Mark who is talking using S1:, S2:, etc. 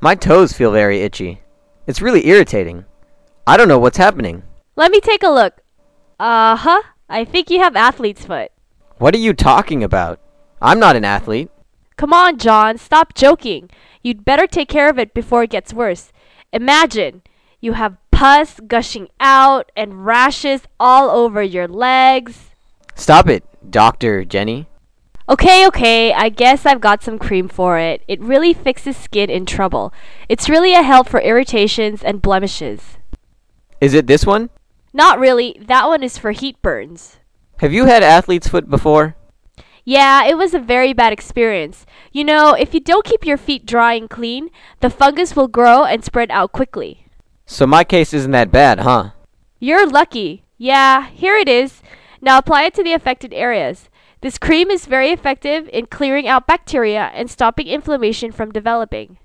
S1: My toes feel very itchy. It's really irritating. I don't know what's happening.
S2: Let me take a look. Uh huh. I think you have athlete's foot.
S1: What are you talking about? I'm not an athlete.
S2: Come on, John, stop joking. You'd better take care of it before it gets worse. Imagine you have pus gushing out and rashes all over your legs.
S1: Stop it, Dr. Jenny.
S2: Okay, okay, I guess I've got some cream for it. It really fixes skin in trouble. It's really a help for irritations and blemishes.
S1: Is it this one?
S2: Not really, that one is for heat burns.
S1: Have you had athlete's foot before?
S2: Yeah, it was a very bad experience. You know, if you don't keep your feet dry and clean, the fungus will grow and spread out quickly.
S1: So my case isn't that bad, huh?
S2: You're lucky. Yeah, here it is. Now apply it to the affected areas. This cream is very effective in clearing out bacteria and stopping inflammation from developing.